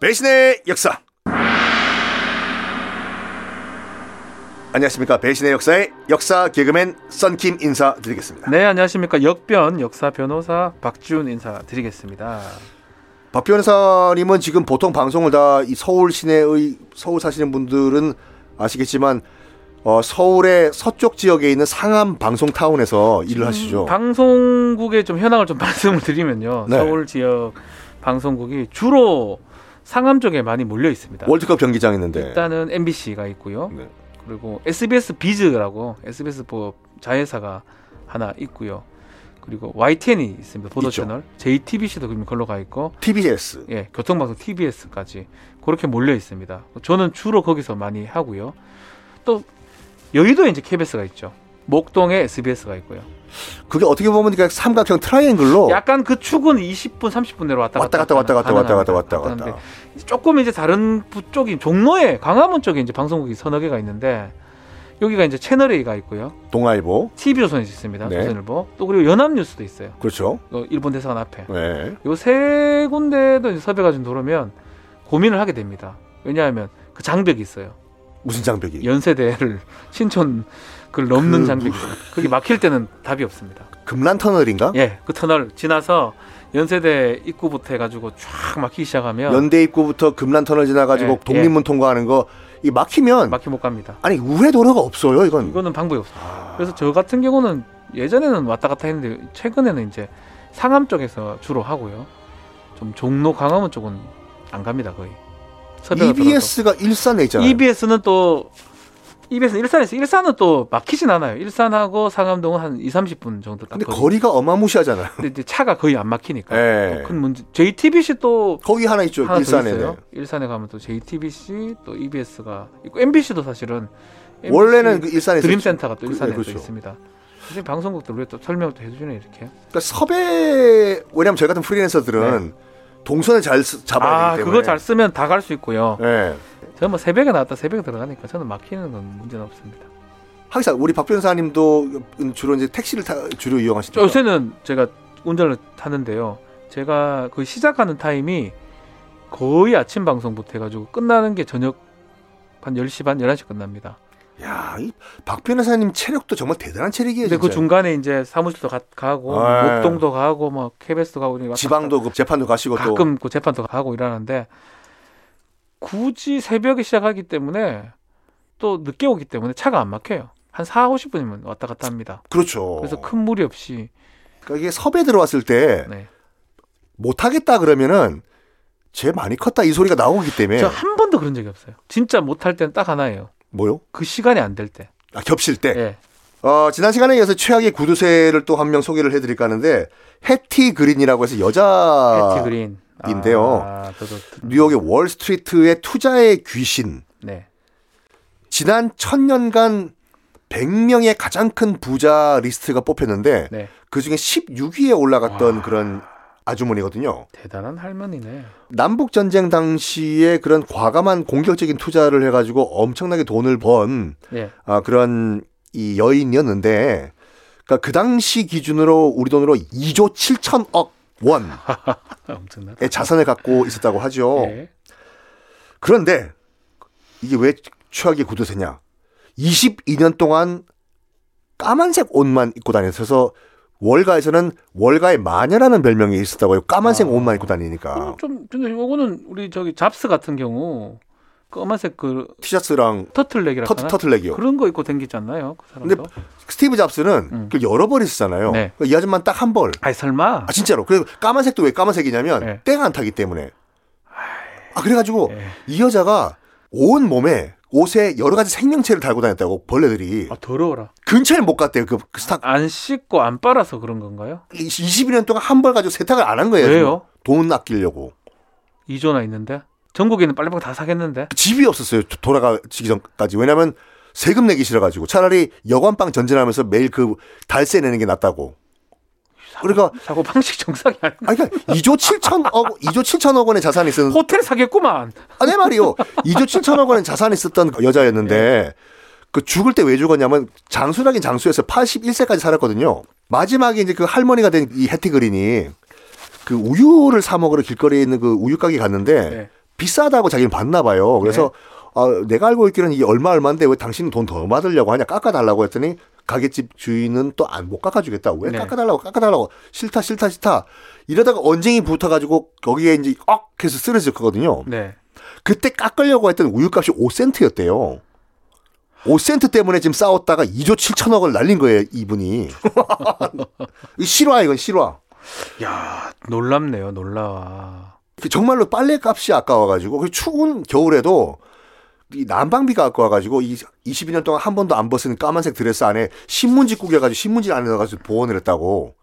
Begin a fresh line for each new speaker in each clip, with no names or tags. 배신의 역사. 안녕하십니까 배신의 역사의 역사 개그맨 썬킴 인사드리겠습니다.
네, 안녕하십니까. 역변 역사 변호사 박지훈 인사드리겠습니다.
박 변호사님은 지금 보통 방송을 다 이 서울 시내의 서울 사시는 분들은 아시겠지만 어, 서울의 서쪽 지역에 있는 상암 방송 타운에서 일을 하시죠.
음, 방송국의 좀 현황을 좀 말씀을 드리면요.
네.
서울 지역 방송국이 주로 상암 쪽에 많이 몰려 있습니다.
월드컵 경기장 있는데.
일단은 MBC가 있고요.
네.
그리고 SBS 비즈라고 SBS 뭐 자회사가 하나 있고요. 그리고 YTN이 있습니다. 보도
있죠.
채널. JTBC도 그럼 걸로 가 있고
TBS.
예, 교통방송 TBS까지 그렇게 몰려 있습니다. 저는 주로 거기서 많이 하고요. 또 여의도에 이제 KBS가 있죠. 목동에 SBS가 있고요.
그게 어떻게 보면 그냥 삼각형 트라이앵글로
약간 그 축은 20분, 30분 내로 왔다
어. 왔다
갔다
갔다 왔다 갔다 왔다 갔다 왔다
가능합니다.
갔다.
갔다. 조금 이제 다른 부 쪽인 종로에 광화문 쪽에 이제 방송국이 서너 개가 있는데 여기가 이제 채널 A가 있고요.
동아일보.
TV조선이 있습니다.
네.
조선일보. 또 그리고 연합뉴스도 있어요.
그렇죠.
어, 일본 대사관 앞에.
네.
요 세 군데도 이제 섭외가 좀 들어오면 고민을 하게 됩니다. 왜냐하면 그 장벽이 있어요.
무슨 장벽이?
연세대를 신촌 그걸 넘는
예. 그
장벽이 있어요. 그게 막힐 때는 답이 없습니다.
금란 터널인가?
예, 그 터널 지나서 연세대 입구부터 해가지고 쫙 막히기 시작하면
연대 입구부터 금란 터널 지나가지고
예,
독립문 통과하는 거 이 막히면
막히 못 갑니다.
아니 우회 도로가 없어요 이건.
이거는 방법이 없어요.
아.
그래서 저 같은 경우는 예전에는 왔다 갔다 했는데 최근에는 이제 상암 쪽에서 주로 하고요. 좀 종로 강화문 쪽은 안 갑니다 거의. 섭외가
EBS가 일산에 있잖아요.
EBS는 E 또 E EBS는 일산에서 일산은 또 막히진 않아요. 일산하고 상암동은 한 2, 30분 정도 딱
근데
거리.
거리가 어마무시하잖아요.
근데 이제 차가 거의 안 막히니까
예.
큰 문제. JTBC 또
거기 하나 있죠
네. 어, 하나 더
일산에는.
있어요. 일산에 가면 또 JTBC 또 EBS가 있고 MBC도 사실은 MBC
원래는 그 일산에서
드림센터가
그-
또 일산에
예, 그렇죠.
또 있습니다. 선생님 방송국들 우리 또 설명을 또 해주네 이렇게.
그러니까 섭외 왜냐면 저희 같은 프리랜서들은 동선을 잘 쓰- 잡아야
네. 아
되기 때문에.
그거 잘 쓰면 다 갈 수 있고요.
예.
저는 뭐 새벽에 나왔다 새벽에 들어가니까 저는 막히는 건 문제는 없습니다.
항상 우리 박 변사님도 주로 이제 택시를 타, 주로
저
이용하시죠.
요새는 제가 운전을 하는데요. 제가 그 시작하는 타임이 거의 아침 방송부터 해가지고 끝나는 게 저녁 한 10시 반, 11시 끝납니다.
야, 이박 변호사님 체력도 정말 대단한 체력이에요.
근데 그
예, 진짜.
중간에 이제 사무실도 가, 가고, 뭐
아,
목동도 가고, 뭐, KBS도 가고, 왔다
지방도 그 재판도 가시고
갔다 가끔 그 재판도 가고 이러는데, 굳이 새벽에 시작하기 때문에 또 늦게 오기 때문에 차가 안 막혀요. 한 4, 50분이면 왔다 갔다 합니다.
또 그렇죠.
그래서 큰 무리 없이.
그러니까 이게 섭외 들어왔을 때
네.
못하겠다 그러면은 쟤 많이 컸다 이 소리가 나오기 때문에
네. 저 한 번도 그런 적이 없어요. 진짜 못할 때는 딱 하나예요.
뭐요?
그 시간이 안 될 때.
아, 겹칠 때.
예.
어, 지난 시간에 이어서 최악의 구두쇠를 또 한 명 소개를 해드릴까 하는데 해티 그린이라고 해서 여자
해티 그린.
아, 인데요.
아, 저도 듣-
뉴욕의 월스트리트의 투자의 귀신
네.
지난 천 년간 100명의 가장 큰 부자 리스트가 뽑혔는데
네.
그 중에 16위에 올라갔던 그런 아주머니거든요.
대단한 할머니네.
남북 전쟁 당시에 그런 과감한 공격적인 투자를 해가지고 엄청나게 돈을 번
예.
아, 그런 이 여인이었는데, 그러니까 그 당시 기준으로 우리 돈으로 2조 7천억 원의
아, 엄청나다.
자산을 갖고 있었다고 하죠.
예.
그런데 이게 왜 최악의 구두쇠냐? 22년 동안 까만색 옷만 입고 다녔어서 월가에서는 월가의 마녀라는 별명이 있었다고 해요. 까만색
아.
옷만 입고 다니니까
이건 좀 근데 이거는 우리 저기 잡스 같은 경우 검은색 그
티셔츠랑
터틀넥이라
터트
하나
터틀넥이요. 뭐
그런 거 입고 댕기지 않나요? 그 사람도.
스티브 잡스는
음.
그 여러 벌 있었잖아요. 그러니까
네.
이 아줌마는 딱 한 벌.
아이 설마.
아 진짜로. 그리고 까만색도 왜 까만색이냐면
네.
때가 안 타기 때문에. 아 그래가지고
예.
이 여자가 온 몸에 옷에 여러 가지 생명체를 달고 다녔다고 벌레들이
아 더러워라.
근처에 못 갔대요. 그, 그 스타
안 씻고 안 빨아서 그런 건가요?
21년 동안 한 벌 가지고 세탁을 안 한 거예요.
왜요?
돈 아끼려고
이조나 있는데. 전국에 있는 빨래방 다 사겠는데.
집이 없었어요. 도- 돌아가시기 전까지 왜냐하면 세금 내기 싫어가지고 차라리 여관방 전진하면서 매일 그 달세 내는 게 낫다고. 그러니까
사고 방식 정상이 아니.
아니 그러니까 2조 7천억 2조 7천억 원의 자산이 있었는데
호텔 사겠구만.
아, 내 말이요. 2조 7천억 원의 자산이 있었던
네.
여자였는데 그 죽을 때 왜 죽었냐면 장수라긴 장수에서 81세까지 살았거든요. 마지막에 이제 그 할머니가 된 이 해티 그린이 그 우유를 사 먹으러 길거리에 있는 그 우유 가게 갔는데
네.
비싸다고 자기는 봤나 봐요. 그래서 아, 내가 알고 있기로는 이게 얼마 얼마인데 왜 당신은 돈 더 받으려고 하냐 깎아달라고 했더니 가게집 주인은 또 안 못 깎아주겠다. 왜
네.
깎아달라고 깎아달라고 싫다 싫다 싫다 이러다가 언쟁이 붙어가지고 거기에 이제 억 해서 쓰러졌거든요.
네.
그때 깎으려고 했던 우유값이 5센트였대요. 5센트 때문에 지금 싸웠다가 2조 7천억을 날린 거예요, 이분이. 이 실화, 이건 실화.
야 놀랍네요. 놀라워.
그 정말로 빨래 값이 아까워가지고, 그 추운 겨울에도 이 난방비가 아까워가지고, 이 22년 동안 한 번도 안 벗은 까만색 드레스 안에 신문지 구겨가지고 신문지 안에 넣어가지고 보온을 했다고.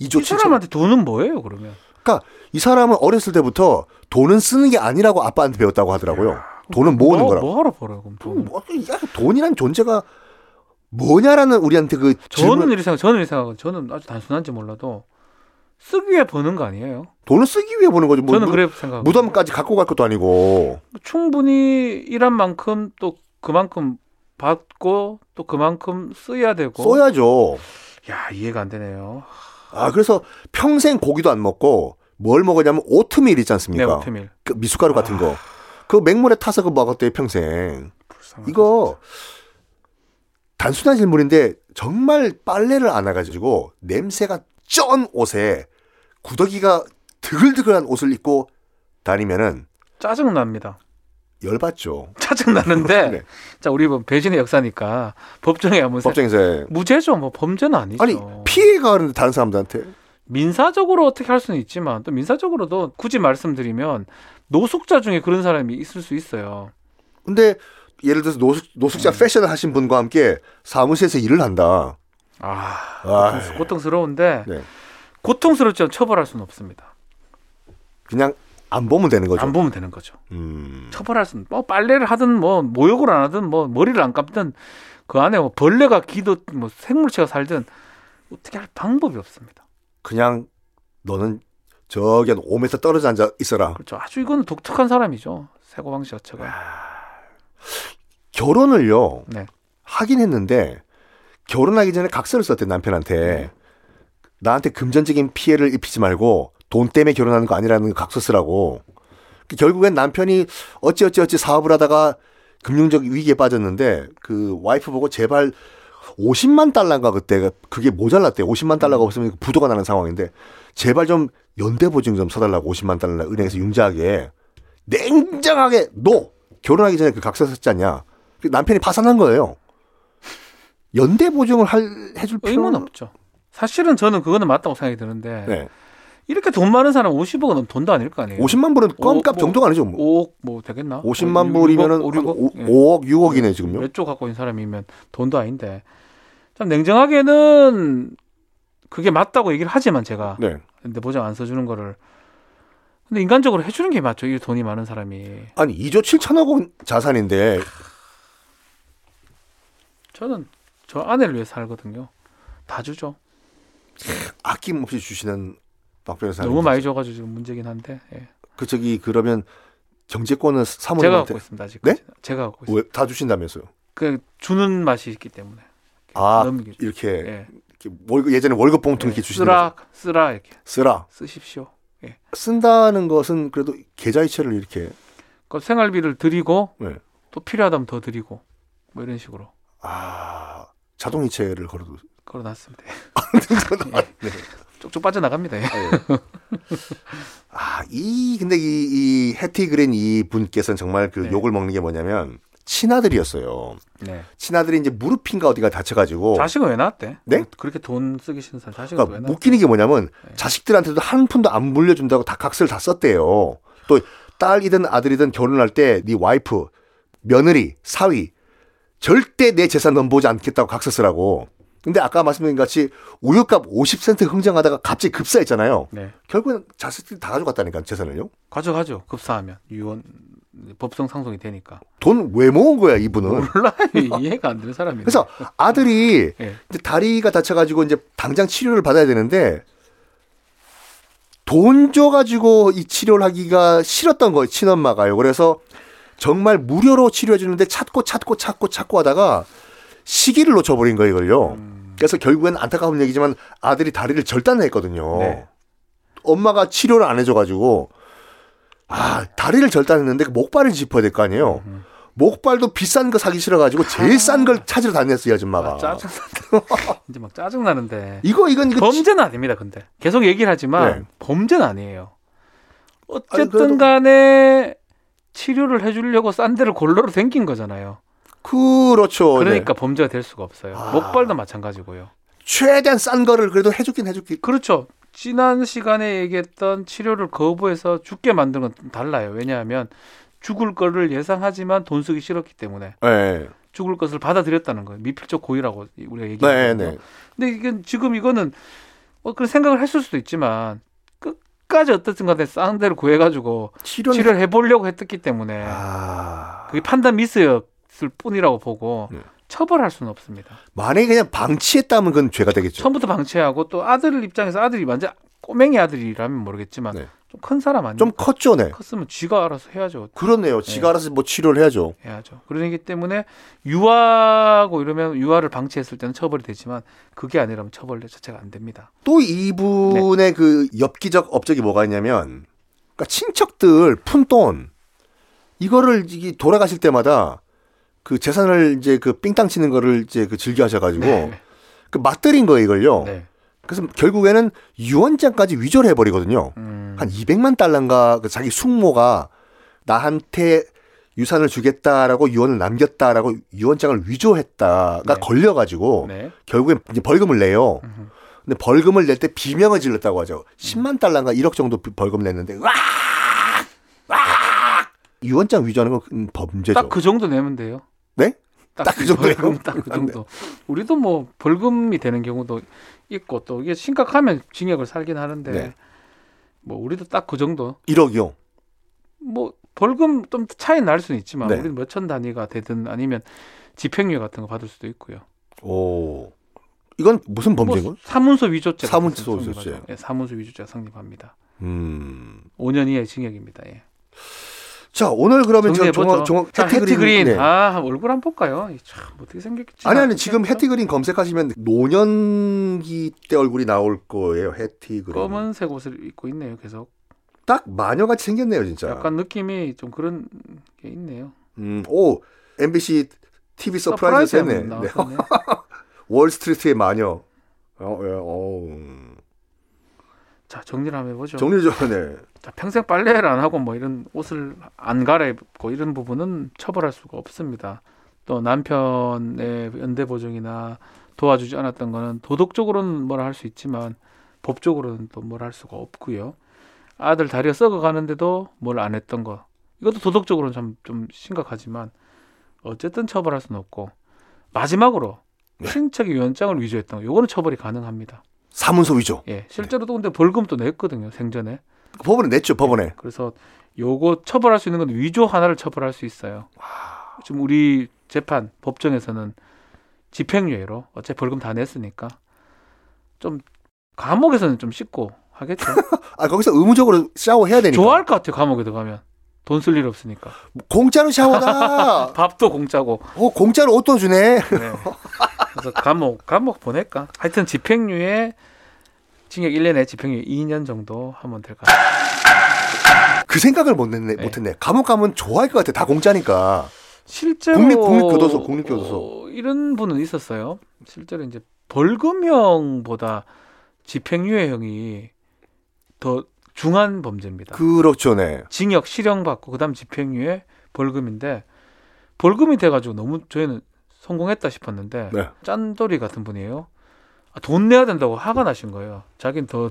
2조
이
7천억.
사람한테 돈은 뭐예요 그러면?
그러니까 이 사람은 어렸을 때부터 돈은 쓰는 게 아니라고 아빠한테 배웠다고 하더라고요. 돈은 모으는
뭐,
거라고.
뭐하러 벌어요 그럼 돈?
뭐, 야, 돈이란 존재가 뭐냐라는 우리한테 그
저는
질문,
이렇게 생각, 저는 이렇게 생각하고 저는 아주 단순한지 몰라도 쓰기 위해 버는 거 아니에요?
돈을 쓰기 위해 보는 거지. 뭐,
저는
무-
그래 생각.
무덤까지 갖고 갈 것도 아니고.
충분히 일한 만큼 또 그만큼 받고 또 그만큼 써야 되고.
써야죠.
야 이해가 안 되네요.
아, 그래서 평생 고기도 안 먹고 뭘 먹었냐면 오트밀 있지 않습니까?
네 오트밀.
그 미숫가루 같은 거. 그 맹물에 타서 그 먹었대요, 평생.
불쌍하다,
이거 단순한 질문인데 정말 빨래를 안 해가지고 냄새가 쩐 옷에 구더기가 드글드글한 옷을 입고 다니면은
진짜. 짜증 납니다.
열받죠.
짜증 나는데
네.
자 우리 이번 배신의 역사니까 법정에 한번 세-
법정에서 예.
무죄죠. 뭐 범죄는 아니죠.
아니 피해가 가는데 다른 사람들한테
민사적으로 어떻게 할 수는 있지만 또 민사적으로도 굳이 말씀드리면 노숙자 중에 그런 사람이 있을 수 있어요.
근데 예를 들어서 노숙,
음.
노숙자 패션을 하신 분과 함께 사무실에서 일을 한다.
아,
아,
고통스- 고통스러운데
네.
고통스럽지만 처벌할 수는 없습니다.
그냥 안 보면 되는 거죠.
안 보면 되는 거죠.
음.
처벌할 수는 뭐 빨래를 하든 뭐 모욕을 안 하든 뭐 머리를 안 감든 그 안에 뭐 벌레가 기도 뭐 생물체가 살든 어떻게 할 방법이 없습니다.
그냥 너는 저기 한 5m 떨어져 앉아 있어라.
그렇죠. 아주 이거는 독특한 사람이죠. 세고방 씨 자체가.
결혼을요
네.
하긴 했는데 결혼하기 전에 각서를 썼대 남편한테
네.
나한테 금전적인 피해를 입히지 말고 돈 때문에 결혼하는 거 아니라는 각서 쓰라고 그 결국엔 남편이 어찌 어찌 어찌 사업을 하다가 금융적 위기에 빠졌는데 그 와이프 보고 제발 50만 달러인가 그때 그게 모자랐대 50만 달러가
음.
없으면 부도가 나는 상황인데 제발 좀 연대 보증 좀 서달라고 50만 달러 은행에서 융자하게 냉정하게 노 결혼하기 전에 그 각서 썼지 않냐 그 남편이 파산한 거예요 연대 보증을 할 해줄 필요는
의무는 없죠. 사실은 저는 그거는 맞다고 생각이 드는데
네.
이렇게 돈 많은 사람 50억은 넘 돈도 아닐 거 아니에요.
50만 불은 껌값
오,
정도가 아니죠. 뭐.
5억 어, 뭐 되겠나?
50만
뭐
불이면은
6억, 5억, 6억? 예.
5억, 6억이네 지금요.
몇 조 갖고 있는 사람이면 돈도 아닌데 참 냉정하게는 그게 맞다고 얘기를 하지만 제가
네.
근데 보장 안 써주는 거를 근데 인간적으로 해주는 게 맞죠 이 돈이 많은 사람이
아니 2조 7천억 원 자산인데
저는 저 아내를 위해 살거든요 다 주죠
아낌없이 주시는 박 변호사.
너무 많이 줘가지고 지금 문제긴 한데 예.
그 저기 그러면 정치권은
제가 갖고
사모님한테 네?
있습니다 아직까지 제가 갖고 있습니다
왜 다 주신다면서요?
그 주는 맛이 있기 때문에
아,
넘기죠
이렇게,
예.
이렇게 월급 예전에 월급 봉투 이렇게 주시는 거
네. 쓰라 쓰라 이렇게
쓰라
쓰십시오
쓴다는 것은 그래도 계좌이체를 이렇게
그 생활비를 드리고
네.
또 필요하다면 더 드리고 뭐 이런 식으로
아 자동이체를 걸어도
걸어놨습니다.
네.
쪽쪽 빠져나갑니다. 예.
아, 이 근데 이, 이 해티 그린 이 분께서는 정말 그
네.
욕을 먹는 게 뭐냐면 친아들이었어요.
네.
친아들이 이제 무릎인가 어디가 다쳐가지고
자식은 왜 낳았대?
네?
그렇게 돈 쓰기 싫은 사람 자식은
그러니까
왜 낳았대?
웃기는 게 뭐냐면
네.
자식들한테도 한 푼도 안 물려준다고 다 각서를 다 썼대요. 또 딸이든 아들이든 결혼할 때 네 와이프, 며느리, 사위 절대 내 재산 넘보지 않겠다고 각서 쓰라고. 근데 아까 말씀드린 같이 우유값 50센트 흥정하다가 갑자기 급사했잖아요.
네.
결국엔 자식들이 다 가져갔다니까 재산을요.
가져가죠. 급사하면 유언 법성 상속이 되니까.
돈 왜 모은 거야 이분은.
몰라 이해가 안 되는 사람이네.
그래서 아들이
예.
이제 다리가 다쳐가지고 이제 당장 치료를 받아야 되는데 돈 줘가지고 이 치료를 하기가 싫었던 거예요 친엄마가요. 그래서 정말 무료로 치료해 주는데 찾고 찾고 찾고 찾고 하다가 시기를 놓쳐버린 거예요 이걸요. 그래서 결국엔 안타까운 얘기지만 아들이 다리를 절단했거든요.
네.
엄마가 치료를 안 해줘가지고 아 다리를 절단했는데 그 목발을 짚어야 될 거 아니에요.
음.
목발도 비싼 거 사기 싫어가지고 제일 싼 걸 찾으러 다녔어요 이 아줌마가.
아, 짜증 난다. 이제 막 짜증 나는데
이거 이건 이거 지-
범죄는 아닙니다. 근데 계속 얘기를 하지만
네.
범죄는 아니에요.
아니,
어쨌든
그래도-
간에 치료를 해주려고 싼 데를 골로로 댕긴 거잖아요.
그렇죠. 네.
그러니까 범죄가 될 수가 없어요.
아.
목발도 마찬가지고요.
최대한 싼 거를 그래도 해줬긴 해줬기.
그렇죠. 지난 시간에 얘기했던 치료를 거부해서 죽게 만드는 건 달라요. 왜냐하면 죽을 거를 예상하지만 돈 쓰기 싫었기 때문에
네.
죽을 것을 받아들였다는 거예요. 미필적 고의라고 우리가
네,
얘기했거든요.
네.
근데 이건 지금 이거는 어, 그런 생각을 했을 수도 있지만 끝까지 어쨌든 간에 싼 데를 구해가지고
치료는
치료를 해보려고 했기 때문에
아.
그게 판단 미스였을 뿐이라고 보고
네.
처벌할 수는 없습니다.
만약에 그냥 방치했다면 그건 죄가 되겠죠.
그렇죠. 처음부터 방치하고 또 아들 입장에서 아들이 완전 꼬맹이 아들이라면 모르겠지만
네.
좀 큰 사람 아니면
좀 컸죠, 네.
컸으면 쥐가 알아서 해야죠.
그렇네요. 지가
네.
알아서 뭐 치료를 해야죠.
해야죠. 그러기 때문에 유아고 이러면 유아를 방치했을 때는 처벌이 되지만 그게 아니라면 처벌 자체가 안 됩니다.
또 이분의
네.
그 엽기적 업적이 뭐가 있냐면, 그러니까 친척들 푼돈 이거를 이게 돌아가실 때마다 그 재산을 이제 그 삥땅 치는 거를 이제 그 즐겨하셔가지고
네.
그 맞들인 거예요 이걸요.
네.
그래서 결국에는 유언장까지 위조를 해버리거든요.
음,
한 200만 달러인가 그 자기 숙모가 나한테 유산을 주겠다라고 유언을 남겼다라고 유언장을 위조했다가
네.
걸려가지고
네.
결국엔 이제 벌금을 내요.
음,
근데 벌금을 낼 때 비명을 질렀다고 하죠. 10만 달러인가 1억 정도 비- 벌금 냈는데 와! 와! 유언장 위조하는 건 음, 범죄죠.
딱그 정도 내면 돼요.
네? 딱그 정도예요?
벌금 딱그
안 돼.
정도. 우리도 뭐 벌금이 되는 경우도 있고 또 이게 심각하면 징역을 살긴 하는데
네.
뭐 우리도 딱 그 정도.
1억이요.
뭐 벌금 좀 차이 날 수는 있지만
네.
우리는 몇 천 단위가 되든 아니면 집행유예 같은 거 받을 수도 있고요.
오. 이건 무슨 범죄인가요?
뭐 사문서 위조죄.
사문서
같은 거
위조죄.
성립하죠. 예, 사문서 위조죄 가 성립합니다.
음.
5년 이하의 징역입니다. 예.
자, 오늘 그러면 제가 종합
정리해보죠.
종합
자, 해티
해티그린-
그린.
네.
아 얼굴 한번 볼까요? 이참 어떻게 생겼지?
아니 아니 지금 해티 그린 검색하시면 노년기 때 얼굴이 나올 거예요. 해티 그린.
검은색 옷을 입고 있네요. 계속.
딱 마녀같이 생겼네요, 진짜.
약간 느낌이 좀 그런 게 있네요.
음, 오 MBC TV 서프라이즈 했네.
앨범
네.
나왔었네.
월스트리트의 마녀. 어, 예, 어, 음.
자 정리를 한번 해보죠.
정리 좀 네.
자, 평생 빨래를 안 하고 뭐 이런 옷을 안 갈아입고 이런 부분은 처벌할 수가 없습니다. 또 남편의 연대 보증이나 도와주지 않았던 거는 도덕적으로는 뭐라 할 수 있지만 법적으로는 또 뭐라 할 수가 없고요. 아들 다리가 썩어가는데도 뭘 안 했던 거 이것도 도덕적으로는 참 좀 심각하지만 어쨌든 처벌할 수는 없고 마지막으로
네.
친척이 위원장을 위조했던 거 이거는 처벌이 가능합니다.
사문서 위조.
예, 실제로도 근데 벌금도 냈거든요 생전에.
법원에 냈죠, 법원에.
그래서 요거 처벌할 수 있는 건 위조 하나를 처벌할 수 있어요.
아,
지금 우리 재판 법정에서는 집행유예로 어차피 벌금 다 냈으니까 좀 감옥에서는 좀 씻고 하겠죠.
아, 거기서 의무적으로 샤워해야 되니까.
좋아할 것 같아요. 감옥에 들어가면 돈 쓸 일 없으니까
공짜로 샤워다.
밥도 공짜고.
어, 공짜로 옷도 주네.
네. 그래서 감옥 감옥 보낼까? 하여튼 집행유예 징역 1년에 집행유예 2년 정도 하면 될까?
그 생각을 못 했네.
네.
못 했네. 감옥 가면 좋아할 것 같아. 다 공짜니까.
실제로
국립- 국립교도소, 국립교도소.
어, 이런 분은 있었어요. 실제로 이제 벌금형보다 집행유예형이 더 중한 범죄입니다.
그렇죠, 네.
징역 실형 받고 그다음 집행유예 벌금인데 벌금이 돼가지고 너무 저희는 성공했다 싶었는데
네.
짠돌이 같은 분이에요. 아, 돈 내야 된다고 화가 나신 거예요. 자기는 더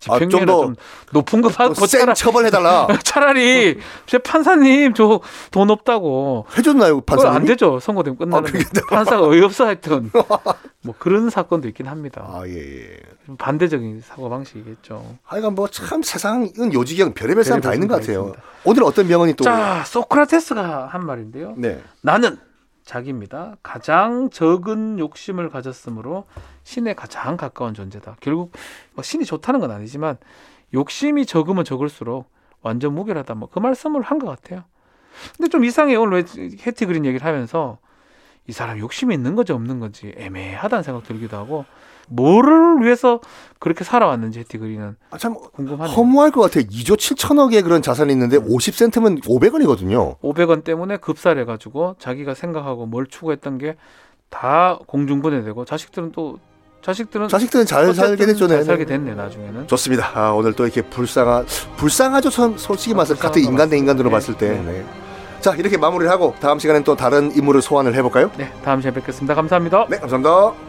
집행유예를
아, 더-
좀 높은 아, 거
또
받고
어, 센
차라,
처벌해달라.
차라리 제 판사님 저 돈 없다고
해줬나요,
그건
판사님?
안 되죠. 선고되면
아,
끝나는
그게
거. 판사가 어이없어 하여튼 뭐 그런 사건도 있긴 합니다.
아, 예, 예.
반대적인 사고 방식이겠죠.
하여간 뭐 참 세상은 요지경 별의별 사람 다 있는 것
별의별
같아요.
사람이 있습니다.
오늘 어떤 명언이 또.
자, 소크라테스가 한 말인데요.
네.
나는 자기입니다. 가장 적은 욕심을 가졌으므로 신에 가장 가까운 존재다. 결국 뭐 신이 좋다는 건 아니지만 욕심이 적으면 적을수록 완전 무결하다. 뭐 그 말씀을 한 것 같아요. 근데 좀 이상해요. 오늘 왜 해티 그린 얘기를 하면서 이 사람 욕심이 있는 건지 없는 건지 애매하다는 생각 들기도 하고 뭐를 위해서 그렇게 살아왔는지 해티 그리는
아, 참
궁금하네요. 음.
허무할 것 같아요. 2조 7천억의 그런 자산이 있는데 50센트면 500원이거든요.
500원 때문에 급살해가지고 자기가 생각하고 뭘 추구했던 게 다 공중분해되고 자식들은 또 자식들은
자식들은 잘 살게
음. 어쨌든
됐죠.
잘
네.
살게 됐네 나중에는.
좋습니다. 아, 오늘 또 이렇게 불쌍한 불쌍하죠. 선- 솔직히
아,
말해서
불쌍한
같은
것
인간 대
같습니다.
인간으로
네.
봤을 때.
네.
네. 자 이렇게 마무리를 하고 다음 시간엔 또 다른 인물을 소환을 해볼까요?
네 다음 시간에 뵙겠습니다. 감사합니다.
네 감사합니다.